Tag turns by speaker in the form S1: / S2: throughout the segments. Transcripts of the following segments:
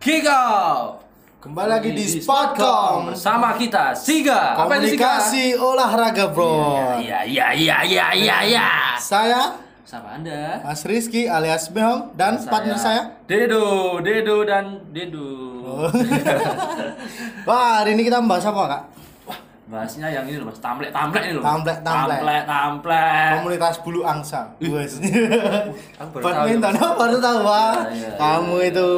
S1: Kick Off.
S2: Kembali lagi di Spotcom
S1: Bersama kita Siga. Apa ini, Siga?
S2: Komunikasi olahraga bro
S1: Iya iya iya iya iya iya.
S2: Saya
S1: Sama Anda.
S2: Mas Rizky alias Behong Dan Kan, partner saya Oh.
S1: Dedo, Dedo dan Dedo.
S2: Wah hari ini kita membahas apa kak?
S1: Bahasnya yang ini loh, Mas. Tamplek, tamplek ini loh.
S2: Tamplek, tamplek.
S1: Tamplek, tamplek.
S2: Komunitas bulu angsa Wes.
S1: Ya. Aku baru tahu ya,
S2: Badminton
S1: Mas.
S2: oh, baru tahu Wah
S1: Iya, iya,
S2: Kamu
S1: iya,
S2: itu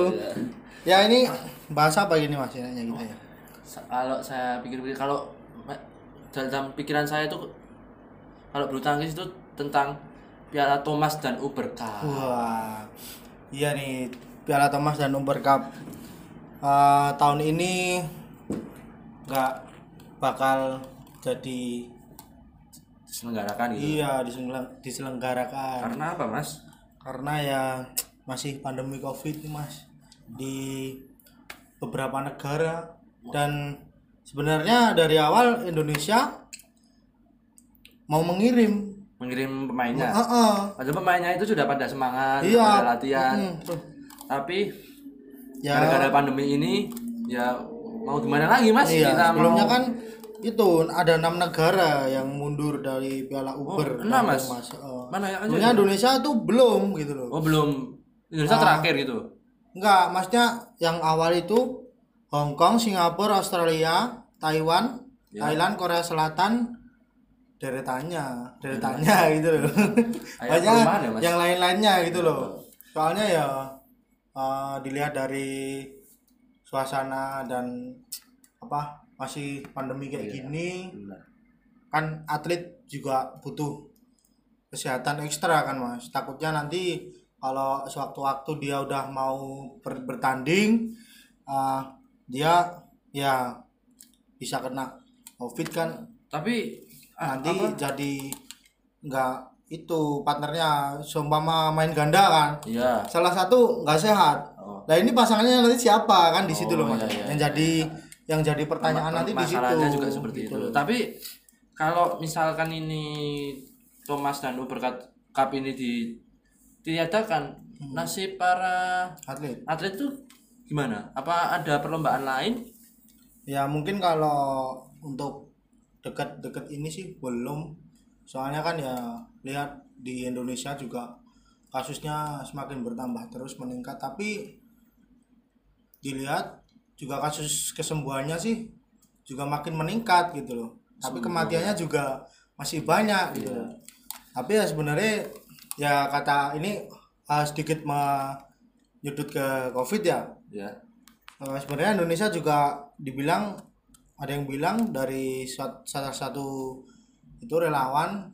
S1: iya.
S2: Ya ini bahas apa gini mas enaknya kita ya
S1: Sa- Kalau saya pikir-pikir kalau ma- dalam pikiran saya itu kalau bulu tangkis itu tentang Piala Thomas dan Uber Cup.
S2: Wah, iya nih Piala Thomas dan Uber Cup Eh, tahun ini nggak bakal jadi
S1: Diselenggarakan gitu.
S2: iya diselenggar- diselenggarakan
S1: Karena apa, Mas?
S2: karena ya masih pandemi covid nih mas di beberapa negara dan sebenarnya dari awal Indonesia mau mengirim
S1: Mengirim pemainnya.
S2: Heeh.
S1: Padahal pemainnya itu sudah pada semangat,
S2: iya
S1: pada latihan.
S2: Mm, tuh.
S1: Tapi
S2: ya
S1: gara-gara pandemi ini ya mau gimana lagi Mas?
S2: Iya,
S1: Kita
S2: sebelumnya
S1: mau
S2: kan itu ada enam negara yang mundur dari Piala Uber.
S1: Oh, enam, Mas?
S2: Eh,
S1: Mana ya?
S2: sebenarnya Indonesia tuh belum gitu loh.
S1: Oh, belum
S2: Ah.
S1: Indonesia terakhir gitu.
S2: Enggak, maksudnya yang awal itu Hong Kong, Singapura, Australia, Taiwan,
S1: Iya.
S2: Thailand, Korea Selatan, deretannya, deretannya gitu loh.
S1: Iya. Kayak
S2: Banyak
S1: perumahan ya, Mas? Iya.
S2: yang lain-lainnya gitu loh. Soalnya ya eh, dilihat dari suasana dan apa masih pandemi kayak
S1: Iya.
S2: gini kan atlet juga butuh kesehatan ekstra kan mas takutnya nanti kalau sewaktu-waktu dia udah mau ber- bertanding ah, dia ya bisa kena covid kan
S1: Tapi ah, a-
S2: nanti
S1: Eh, apa?
S2: jadi nggak itu partnernya seumpama main ganda kan
S1: Iya.
S2: salah satu nggak sehat
S1: Oh.
S2: nah ini pasangannya nanti siapa kan di situ
S1: Oh,
S2: loh mas
S1: iya, iya,
S2: yang jadi yang jadi pertanyaan nanti di situ
S1: Masalahnya juga seperti
S2: Gitu
S1: itu.
S2: loh.
S1: Tapi kalau misalkan ini Thomas dan Uber Cup Cup ini ditiadakan,
S2: Hmm.
S1: nasib para
S2: atlet
S1: atlet itu gimana? Apa ada perlombaan lain?
S2: Ya mungkin kalau untuk dekat-dekat ini sih belum. Soalnya kan ya lihat di Indonesia juga kasusnya semakin bertambah terus meningkat tapi dilihat juga kasus kesembuhannya sih juga makin meningkat gitu loh. Tapi kematiannya juga masih banyak gitu. loh. Tapi ya sebenarnya ya kata ini ah, sedikit menyudut ke Covid ya.
S1: Ya.
S2: Eh, sebenarnya Indonesia juga dibilang ada yang bilang dari suat- salah satu itu relawan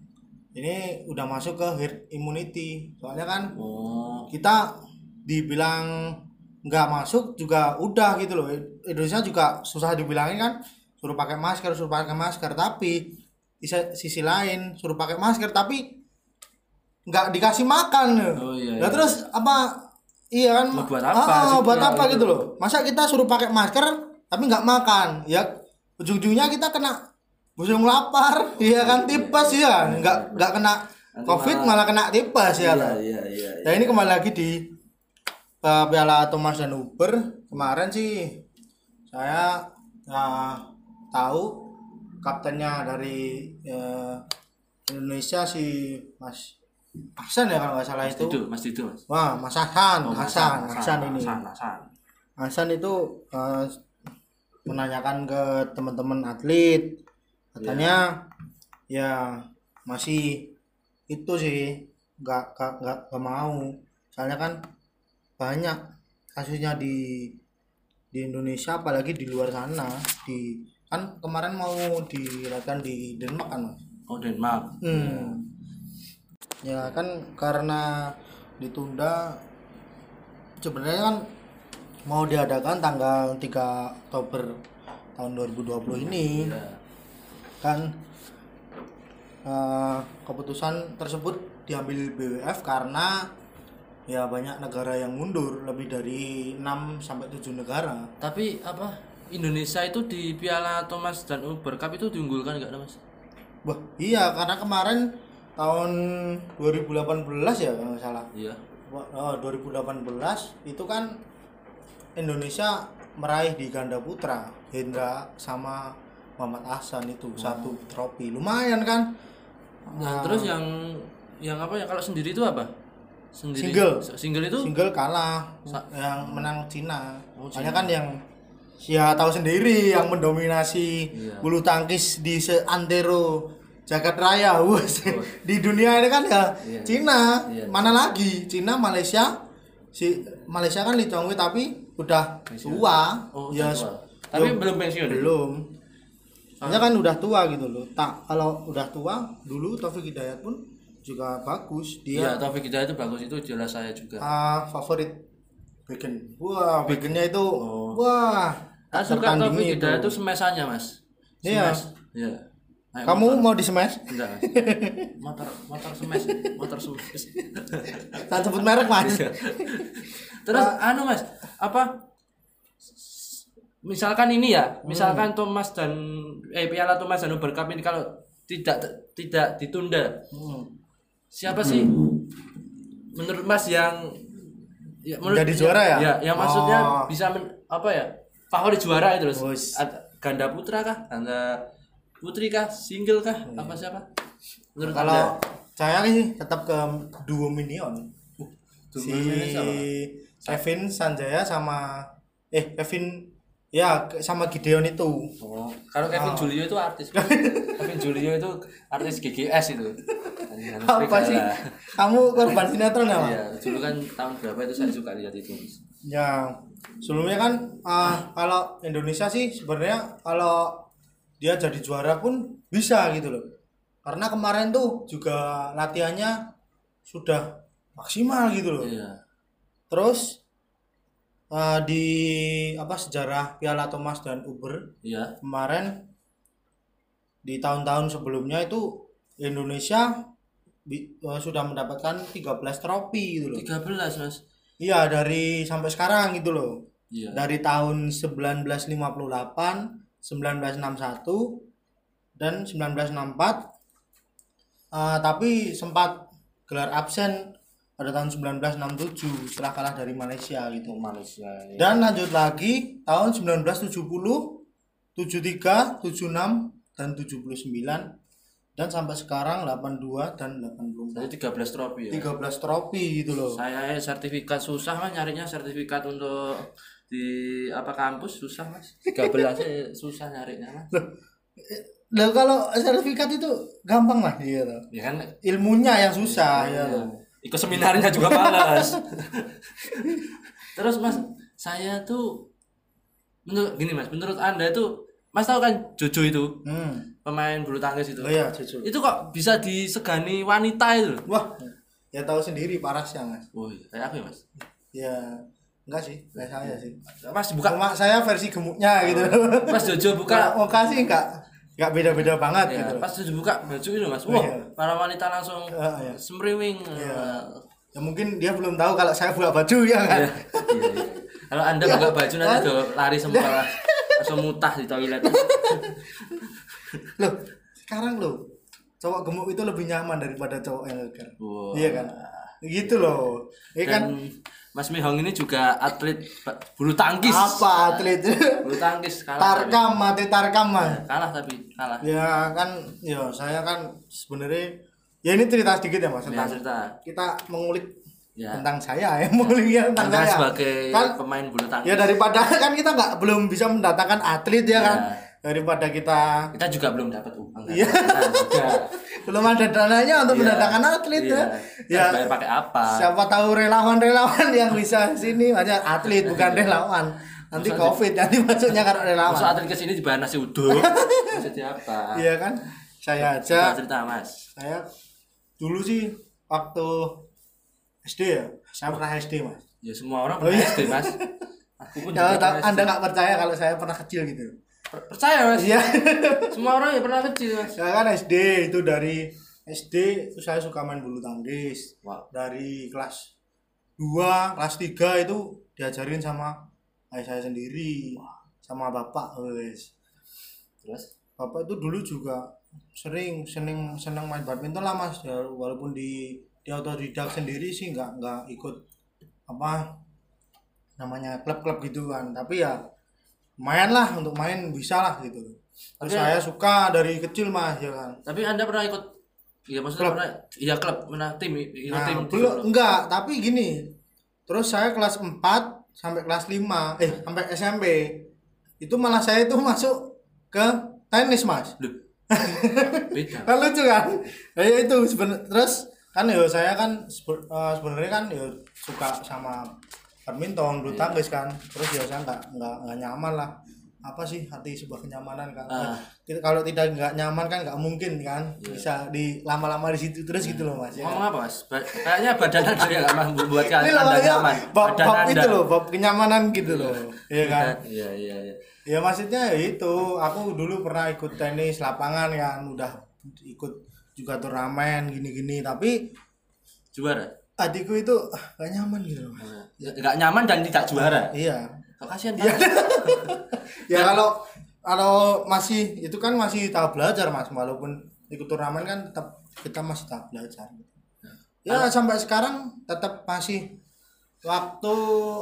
S2: ini udah masuk ke herd immunity soalnya kan
S1: Oh.
S2: kita dibilang nggak masuk juga udah gitu loh Indonesia juga susah dibilangin kan suruh pakai masker suruh pakai masker tapi di se- sisi lain suruh pakai masker tapi nggak dikasih makan
S1: Oh, iya, iya.
S2: Lah terus apa iya kan
S1: Mau buat apa
S2: Ah,
S1: sih?
S2: buat
S1: Iya,
S2: apa
S1: gitu.
S2: gitu loh masa kita suruh pakai masker tapi nggak makan ya ujung-ujungnya kita kena busung lapar
S1: Oh,
S2: iya kan tipes iya kan nggak nggak kena covid malah kena tipes ya kan?
S1: iya iya.
S2: Ya ini kembali lagi di uh, Piala Thomas dan Uber kemarin sih saya uh, tahu kaptennya dari uh, Indonesia si Mas Hasan ya kalau nggak salah itu.
S1: Itu Mas itu Mas.
S2: Wah Oh, Mas Hasan, Hasan, Hasan ini.
S1: Hasan, Hasan.
S2: Hasan itu uh, menanyakan ke teman-teman atlet katanya ya masih itu sih nggak nggak- nggak nggak mau soalnya kan banyak kasusnya di di Indonesia apalagi di luar sana di kan kemarin mau dilakukan di Denmark kan Mas?
S1: Oh Denmark.
S2: Hmm. Ya kan karena ditunda sebenarnya kan mau diadakan tanggal 3 Oktober tahun 2020 ini
S1: Iya.
S2: kan eh, keputusan tersebut diambil BWF karena ya banyak negara yang mundur lebih dari 6 sampai 7 negara.
S1: Tapi apa Indonesia itu di Piala Thomas dan Uber Cup itu diunggulkan enggak ada Mas?
S2: Wah, iya karena kemarin tahun 2018 ya kalau nggak salah
S1: Iya.
S2: Wah, oh, 2018 itu kan Indonesia meraih di ganda putra Hendra sama Muhammad Ahsan itu satu trofi lumayan kan
S1: Nah, terus yang yang apa ya kalau sendiri itu apa? Sendiri.
S2: Single.
S1: Single itu
S2: single kalah
S1: Sa-
S2: yang menang Cina
S1: Hmm. Oh,
S2: hanya kan yang ya tahu sendiri yang mendominasi
S1: Iya.
S2: bulu tangkis di seantero jagat raya Wes, di dunia ini kan ya
S1: Iya.
S2: Cina
S1: Iya.
S2: mana lagi Cina Malaysia si Malaysia kan Lee Chong Wei tapi udah
S1: Pensiun.
S2: tua
S1: Oh,
S2: ya
S1: udah tua. Tapi belum pensiun.
S2: belum hanya kan udah tua gitu loh tak kalau udah tua dulu Taufik Hidayat pun juga bagus dia
S1: Iya, Taufik Hidayat itu bagus itu jelas saya juga.
S2: Ah, favorit bacon. Wah, baconnya itu
S1: Oh.
S2: wah.
S1: Saya suka
S2: Ah, tertandingi
S1: Taufik Hidayat itu smash-annya, Mas.
S2: Iya.
S1: Smash. Iya. Naik
S2: Kamu
S1: motor.
S2: mau di smash?
S1: enggak, Mas. Motor motor smash, motor smash.
S2: Tak sebut merek, Mas.
S1: Iya. Terus anu Mas, apa misalkan ini ya,
S2: Hmm.
S1: misalkan Thomas dan eh Piala Thomas dan Uber Cup ini kalau tidak tidak ditunda,
S2: Hmm.
S1: siapa sih menurut Mas yang ya,
S2: Menjadi juara ya?
S1: yang maksudnya
S2: Oh.
S1: bisa men- apa ya favorit juara itu terus
S2: Wes.
S1: Ad- ganda putra kah ganda putri kah single kah apa siapa menurut
S2: Iya. Kalau saya sih tetap ke duo minion.
S1: Uh, Duo
S2: si
S1: Minion siapa?
S2: Kevin Sanjaya sama eh Kevin ya ke- sama Gideon itu.
S1: Oh, kalau
S2: Ah.
S1: Kevin Julio itu artis. Kevin Julio itu artis GGS itu.
S2: Apa sih? Kamu korban sinetron ya, Mas?
S1: Iya, dulu kan tahun berapa itu saya suka lihat itu.
S2: Ya, sebelumnya kan ah, kalau Indonesia sih sebenarnya kalau dia jadi juara pun bisa gitu loh. Karena kemarin tuh juga latihannya sudah maksimal gitu loh.
S1: Iya.
S2: Terus ah, di apa sejarah Piala Thomas dan Uber
S1: Iya.
S2: kemarin di tahun-tahun sebelumnya itu Indonesia bi- eh, sudah mendapatkan 13 trofi gitu loh.
S1: 13, Mas.
S2: Iya, dari sampai sekarang gitu loh
S1: Iya.
S2: dari tahun 1958, 1961 dan 1964. Eh, tapi sempat gelar absen pada tahun 1967 setelah kalah dari Malaysia gitu.
S1: Malaysia. Iya.
S2: Dan lanjut lagi tahun 1970, 73, 76 dan 79 dan sampai sekarang 82 dan 84.
S1: Jadi 13 trofi ya.
S2: 13 trofi gitu loh.
S1: Saya eh, sertifikat susah Mas nyarinya sertifikat untuk di apa kampus susah Mas. 13 aja susah nyarinya Mas.
S2: Lah kalau sertifikat itu gampang lah gitu.
S1: Ya kan
S2: ilmunya yang susah ya.
S1: Iya. Ikut seminarnya juga malas. Terus Mas, saya tuh menurut gini Mas, menurut Anda itu Mas tahu kan Jojo itu
S2: Hmm.
S1: pemain bulu tangkis itu.
S2: Oh iya, jujur.
S1: Itu kok bisa disegani wanita itu loh.
S2: Wah, ya tahu sendiri parasnya, Mas.
S1: Woi, kayak aku ya Mas.
S2: Ya, enggak sih, kayak saya sih.
S1: Mas buka Oh.
S2: Cuma saya versi gemuknya gitu.
S1: Mas Jojo buka
S2: Kalau mau kasih enggak enggak beda-beda banget
S1: ya,
S2: gitu.
S1: pas Jojo buka baju itu Mas.
S2: Oh,
S1: Wah,
S2: iya.
S1: para wanita langsung
S2: Ah, iya.
S1: semriwing.
S2: Ya mungkin dia belum tahu kalau saya buka baju ya kan.
S1: Iya, iya. Kalau Anda buka baju nanti udah lari semua lah. Langsung mutah di toilet.
S2: Loh, sekarang loh cowok gemuk itu lebih nyaman daripada cowok yang leger.
S1: Wah.
S2: Iya kan? Gitu loh. Iya kan
S1: Dan Mas Mihong ini juga atlet ba- bulu tangkis.
S2: apa atlet
S1: Bulu tangkis kalah. tapi-
S2: tarkam mati tarkam Mas.
S1: Kalah tapi kalah.
S2: ya kan ya saya kan sebenarnya ya ini cerita sedikit ya mas
S1: Ya
S2: tentang
S1: cerita.
S2: kita mengulik
S1: Ya.
S2: tentang saya ya mengulik ya tentang
S1: Anda
S2: saya
S1: sebagai
S2: kan
S1: pemain bulu tangkis.
S2: ya daripada kan kita nggak belum bisa mendatangkan atlet ya,
S1: Ya.
S2: kan daripada kita
S1: Kita juga belum dapat uang. Iya. Juga.
S2: belum ada dananya
S1: Ya.
S2: untuk mendatangkan atlet
S1: Iya. Kita
S2: ya, ya
S1: bayar pakai apa?
S2: siapa tahu relawan-relawan yang bisa sini hanya atlet bukan
S1: Ya.
S2: relawan nanti covid nanti masuknya karena relawan
S1: Masuk atlet ke sini dibayar nasi uduk. Maksudnya apa?
S2: iya kan saya aja
S1: Cerita, cerita Mas.
S2: saya dulu sih waktu SD ya saya pernah SD mas
S1: Ya semua orang pernah SD Mas. Aku pun juga
S2: kalau Oh, iya. Ya, ta-
S1: pernah SD.
S2: anda nggak percaya kalau saya pernah kecil gitu
S1: Per- percaya Mas.
S2: iya
S1: Semua orang ya pernah kecil Mas.
S2: saya kan SD itu dari SD itu saya suka main bulu tangkis
S1: Wow.
S2: dari kelas 2 kelas 3 itu diajarin sama ayah saya sendiri sama bapak wes
S1: Terus
S2: bapak itu dulu juga sering seneng seneng main badminton lah mas ya, walaupun di di autodidak sendiri sih nggak nggak ikut apa namanya klub-klub gitu kan tapi ya lumayan lah untuk main bisa lah gitu
S1: Oke.
S2: Terus saya suka dari kecil mas ya kan
S1: Tapi Anda pernah ikut Iya maksudnya
S2: Klub.
S1: pernah iya klub, mana tim, ikut
S2: nah,
S1: tim.
S2: belum enggak tapi gini terus saya kelas 4 sampai kelas 5 eh sampai SMP itu malah saya itu masuk ke tenis mas
S1: Loh. Beda.
S2: kan lucu kan ya ya itu seben- terus kan ya saya kan sebe- eh, sebenarnya kan ya suka sama badminton
S1: Iya.
S2: bulu tangkis kan terus ya saya nggak nggak nggak nyaman lah apa sih hati sebuah kenyamanan kan
S1: Ah. Iya.
S2: Ti- kalau tidak nggak nyaman kan nggak mungkin kan bisa di lama-lama di situ terus gitu loh mas ya kan?
S1: Ngomong apa mas? Ba- kayaknya badan anda yang nggak mampu buat
S2: ini
S1: kalian anda
S2: namanya
S1: nyaman.
S2: bab,
S1: Badan
S2: bab
S1: anda.
S2: itu loh bab kenyamanan gitu loh iya kan
S1: Iya iya iya.
S2: ya maksudnya ya itu aku dulu pernah ikut tenis lapangan kan udah ikut juga turnamen gini-gini tapi
S1: Juara.
S2: adikku itu ah, gak nyaman gitu loh Mas.
S1: Nggak nyaman dan tidak juara.
S2: iya
S1: Kok kasihan banget.
S2: ya kalau kalau masih itu kan masih tahap belajar mas walaupun ikut turnamen kan tetap kita masih tahap belajar ya sampai sekarang tetap masih waktu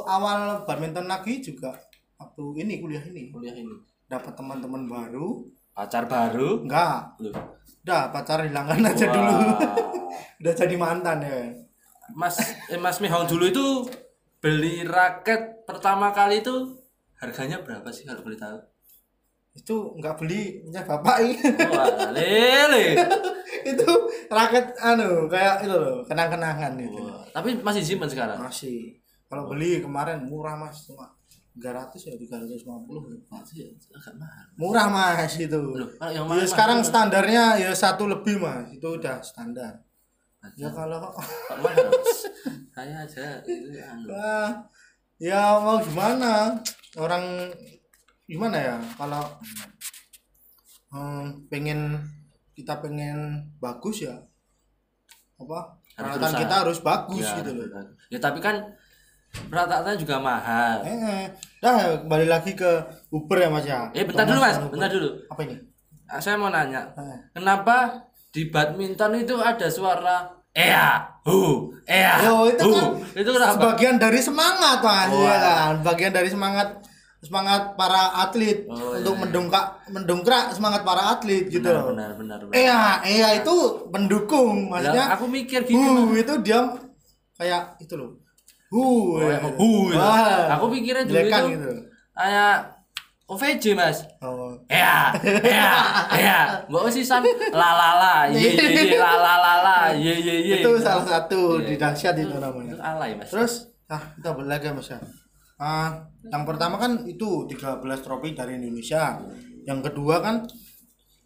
S2: awal badminton lagi juga waktu ini kuliah ini
S1: Kuliah ini.
S2: dapat teman-teman baru
S1: Pacar baru.
S2: enggak
S1: Loh.
S2: udah pacar hilangan aja
S1: Wah.
S2: dulu udah jadi mantan ya
S1: Mas eh, Mas Mihong dulu itu beli raket pertama kali itu harganya berapa sih kalau boleh tahu?
S2: itu nggak beli punya bapak ini
S1: Wah, lele.
S2: itu raket anu kayak itu loh kenang-kenangan gitu
S1: Wah, Tapi masih simpen sekarang.
S2: masih kalau beli kemarin murah mas cuma 300 ya 350
S1: Masih agak mahal.
S2: murah mas itu
S1: Loh, kalau yang
S2: ya,
S1: mahal
S2: sekarang
S1: mahal.
S2: standarnya ya satu lebih mas itu udah standar
S1: Berarti
S2: ya kalau
S1: agak mahal, Mas. Saya aja itu anu.
S2: Wah, ya mau gimana orang gimana ya kalau hmm, pengen kita pengen bagus ya apa
S1: Harus
S2: peralatan
S1: berusaha.
S2: kita harus bagus
S1: Ya,
S2: gitu loh
S1: ya tapi kan perataannya juga mahal.
S2: eh, eh. dah kembali lagi ke Uber ya mas ya
S1: Eh bentar dulu mas, bentar dulu.
S2: apa ini
S1: Ah, Saya mau nanya,
S2: Eh.
S1: kenapa di badminton itu ada suara ea, hu, ea,
S2: Yo, itu
S1: hu.
S2: kan
S1: Itu kenapa?
S2: bagian dari semangat mas
S1: Wah.
S2: ya kan bagian dari semangat semangat para atlet
S1: Oh,
S2: untuk
S1: iya.
S2: mendongkrak mendongkrak semangat para atlet gitu
S1: Benar,
S2: loh
S1: benar, benar. benar.
S2: Iya, iya itu pendukung
S1: Lah,
S2: maksudnya.
S1: aku mikir gini, Mas.
S2: Hu itu dia kayak itu loh. Hu. ya.
S1: Hu, ya.
S2: Wah.
S1: Aku pikirnya dulu
S2: Jelekan
S1: itu
S2: gitu.
S1: kayak OVJ mas.
S2: Oh.
S1: Ya, ya, ya. Mbak Usisan la la la, ye ye ye la la la la, ye ye ye.
S2: Itu salah
S1: Iya,
S2: satu di dahsyat itu
S1: Itu
S2: namanya.
S1: alay mas.
S2: Terus nah kita balik lagi Mas ya. Ah, yang pertama kan itu 13 trofi dari Indonesia. Yang kedua kan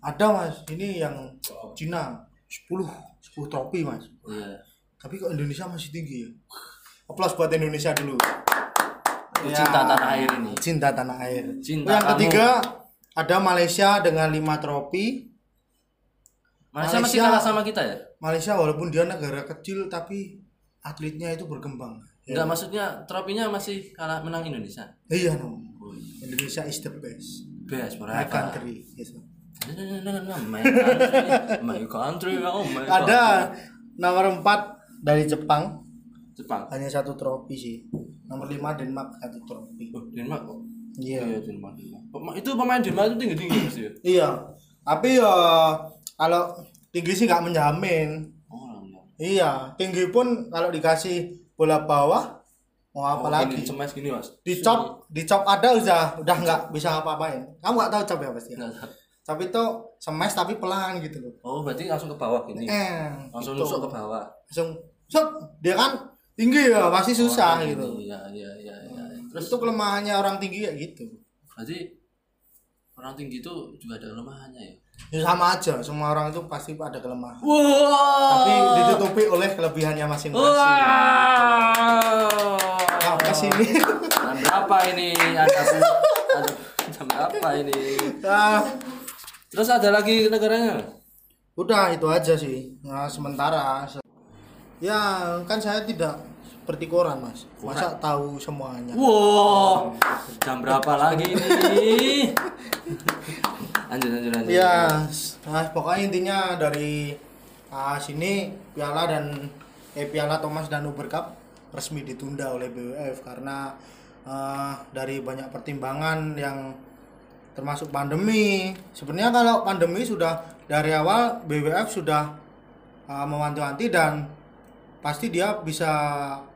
S2: ada Mas, ini yang Cina 10 10 trofi Mas.
S1: Iya.
S2: Tapi kok Indonesia masih tinggi ya? Aplaus buat Indonesia dulu. Ya.
S1: Cinta tanah air ini.
S2: Cinta tanah air.
S1: Cinta
S2: yang
S1: kamu.
S2: ketiga ada Malaysia dengan 5 trofi.
S1: Malaysia masih
S2: Malaysia.
S1: kalah sama kita ya?
S2: Malaysia walaupun dia negara kecil tapi atletnya itu berkembang. Ya.
S1: Enggak maksudnya tropinya masih kalah menang Indonesia.
S2: Iya, no. Indonesia is the best.
S1: Best Nah, forever.
S2: My country. Yes.
S1: My country, my country, oh my God.
S2: Ada nomor 4 dari Jepang
S1: Jepang.
S2: hanya satu trofi sih. Nomor 5 Denmark satu trofi.
S1: Oh, Denmark kok.
S2: Iya.
S1: Iya Denmark. Denmark. Pema- Itu pemain Denmark itu tinggi tinggi pasti. ya?
S2: Iya. Tapi ya kalau tinggi sih nggak menjamin.
S1: Oh, iya.
S2: Iya, tinggi pun kalau dikasih bola bawah mau apa
S1: Gini,
S2: lagi?
S1: Oh, cemas gini mas.
S2: Dicop, dicop ada udah udah nggak bisa apa-apain. Kamu nggak tahu cop ya pasti.
S1: Nggak tahu.
S2: Cop itu semes tapi pelan gitu loh.
S1: Oh berarti langsung ke bawah gini.
S2: Eh,
S1: Iya. Langsung
S2: gitu.
S1: nusuk ke bawah.
S2: Langsung sup, dia kan tinggi ya, pasti susah
S1: Wah,
S2: gitu.
S1: Iya, iya, iya, iya.
S2: Terus itu kelemahannya orang tinggi kayak gitu.
S1: Berarti orang tinggi itu juga ada kelemahannya ya.
S2: Ya sama aja, semua orang itu pasti ada kelemahan.
S1: Wow.
S2: Tapi ditutupi oleh kelebihannya masing-masing.
S1: Wow.
S2: Apa sih ini?
S1: Jam berapa ini? Ada bu- ada jam berapa ini?
S2: Ah.
S1: Terus ada lagi negaranya?
S2: Udah itu aja sih. Nah, sementara se- ya kan saya tidak seperti koran, Mas. Masa tahu semuanya.
S1: Wow. Jam berapa lagi ini? Lanjut, lanjut, lanjut.
S2: Ya, s- nah, pokoknya intinya dari ah, sini Piala dan eh Piala Thomas dan Uber Cup resmi ditunda oleh BWF karena eh, dari banyak pertimbangan yang termasuk pandemi. Sebenarnya kalau pandemi sudah dari awal BWF sudah eh, mewanti-wanti dan pasti dia bisa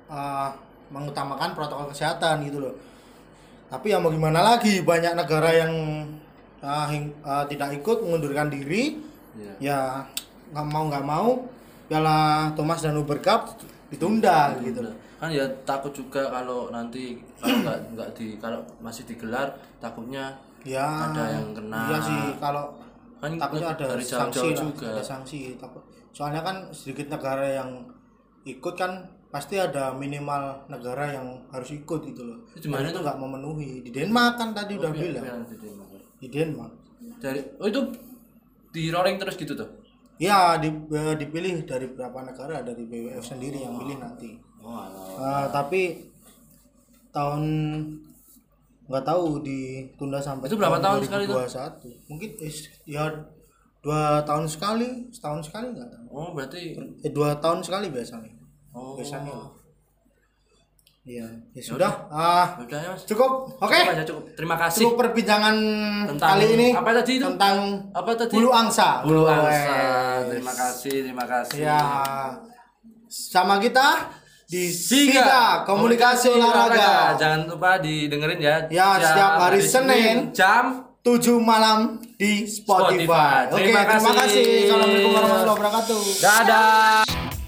S2: eh, mengutamakan protokol kesehatan gitu loh. Tapi ya mau gimana lagi banyak negara yang eh, hing- eh, tidak ikut mengundurkan diri
S1: Iya.
S2: ya nggak mau nggak mau piala Thomas dan Uber Cup ditunda gitu
S1: Nah, kan ya takut juga kalau nanti kalau nggak nggak di kalau masih digelar takutnya
S2: ya
S1: Ada yang kena.
S2: iya sih kalau
S1: kan
S2: takutnya ada
S1: dari
S2: sanksi
S1: jauh-jauh
S2: lah,
S1: juga
S2: ada sanksi takut soalnya kan sedikit negara yang ikut kan pasti ada minimal negara yang harus ikut gitu loh
S1: Itu di mana
S2: itu
S1: tuh?
S2: nggak memenuhi di Denmark kan tadi udah
S1: Iya,
S2: bilang
S1: iya, nanti di mana.
S2: di Denmark
S1: dari oh itu di rolling terus gitu tuh
S2: ya di, eh, dipilih dari berapa negara dari BWF sendiri yang pilih nanti
S1: oh alah.
S2: Eh, tapi tahun nggak tahu ditunda sampai
S1: Itu berapa tahun sekali tuh?
S2: 2021. mungkin eh, ya dua tahun sekali setahun sekali nggak tahu
S1: oh berarti
S2: eh, dua tahun sekali biasanya
S1: oh
S2: biasanya iya ya
S1: Ya
S2: sudah ah
S1: udah ya mas
S2: cukup oke
S1: Cukup aja, cukup terima kasih
S2: cukup perbincangan
S1: Tentang-
S2: kali ini
S1: apa tadi itu?
S2: tentang
S1: apa tadi
S2: bulu angsa
S1: bulu
S2: Wes.
S1: angsa terima kasih terima kasih
S2: ya sama kita di Siga, Komunikasi, Olahraga.
S1: jangan lupa didengerin ya
S2: Ya, setiap hari Senin.
S1: jam
S2: 7 malam di
S1: Spotify.
S2: Spotify. Oke,
S1: Terima
S2: terima kasih.
S1: kasih.
S2: Assalamualaikum warahmatullahi wabarakatuh.
S1: dadah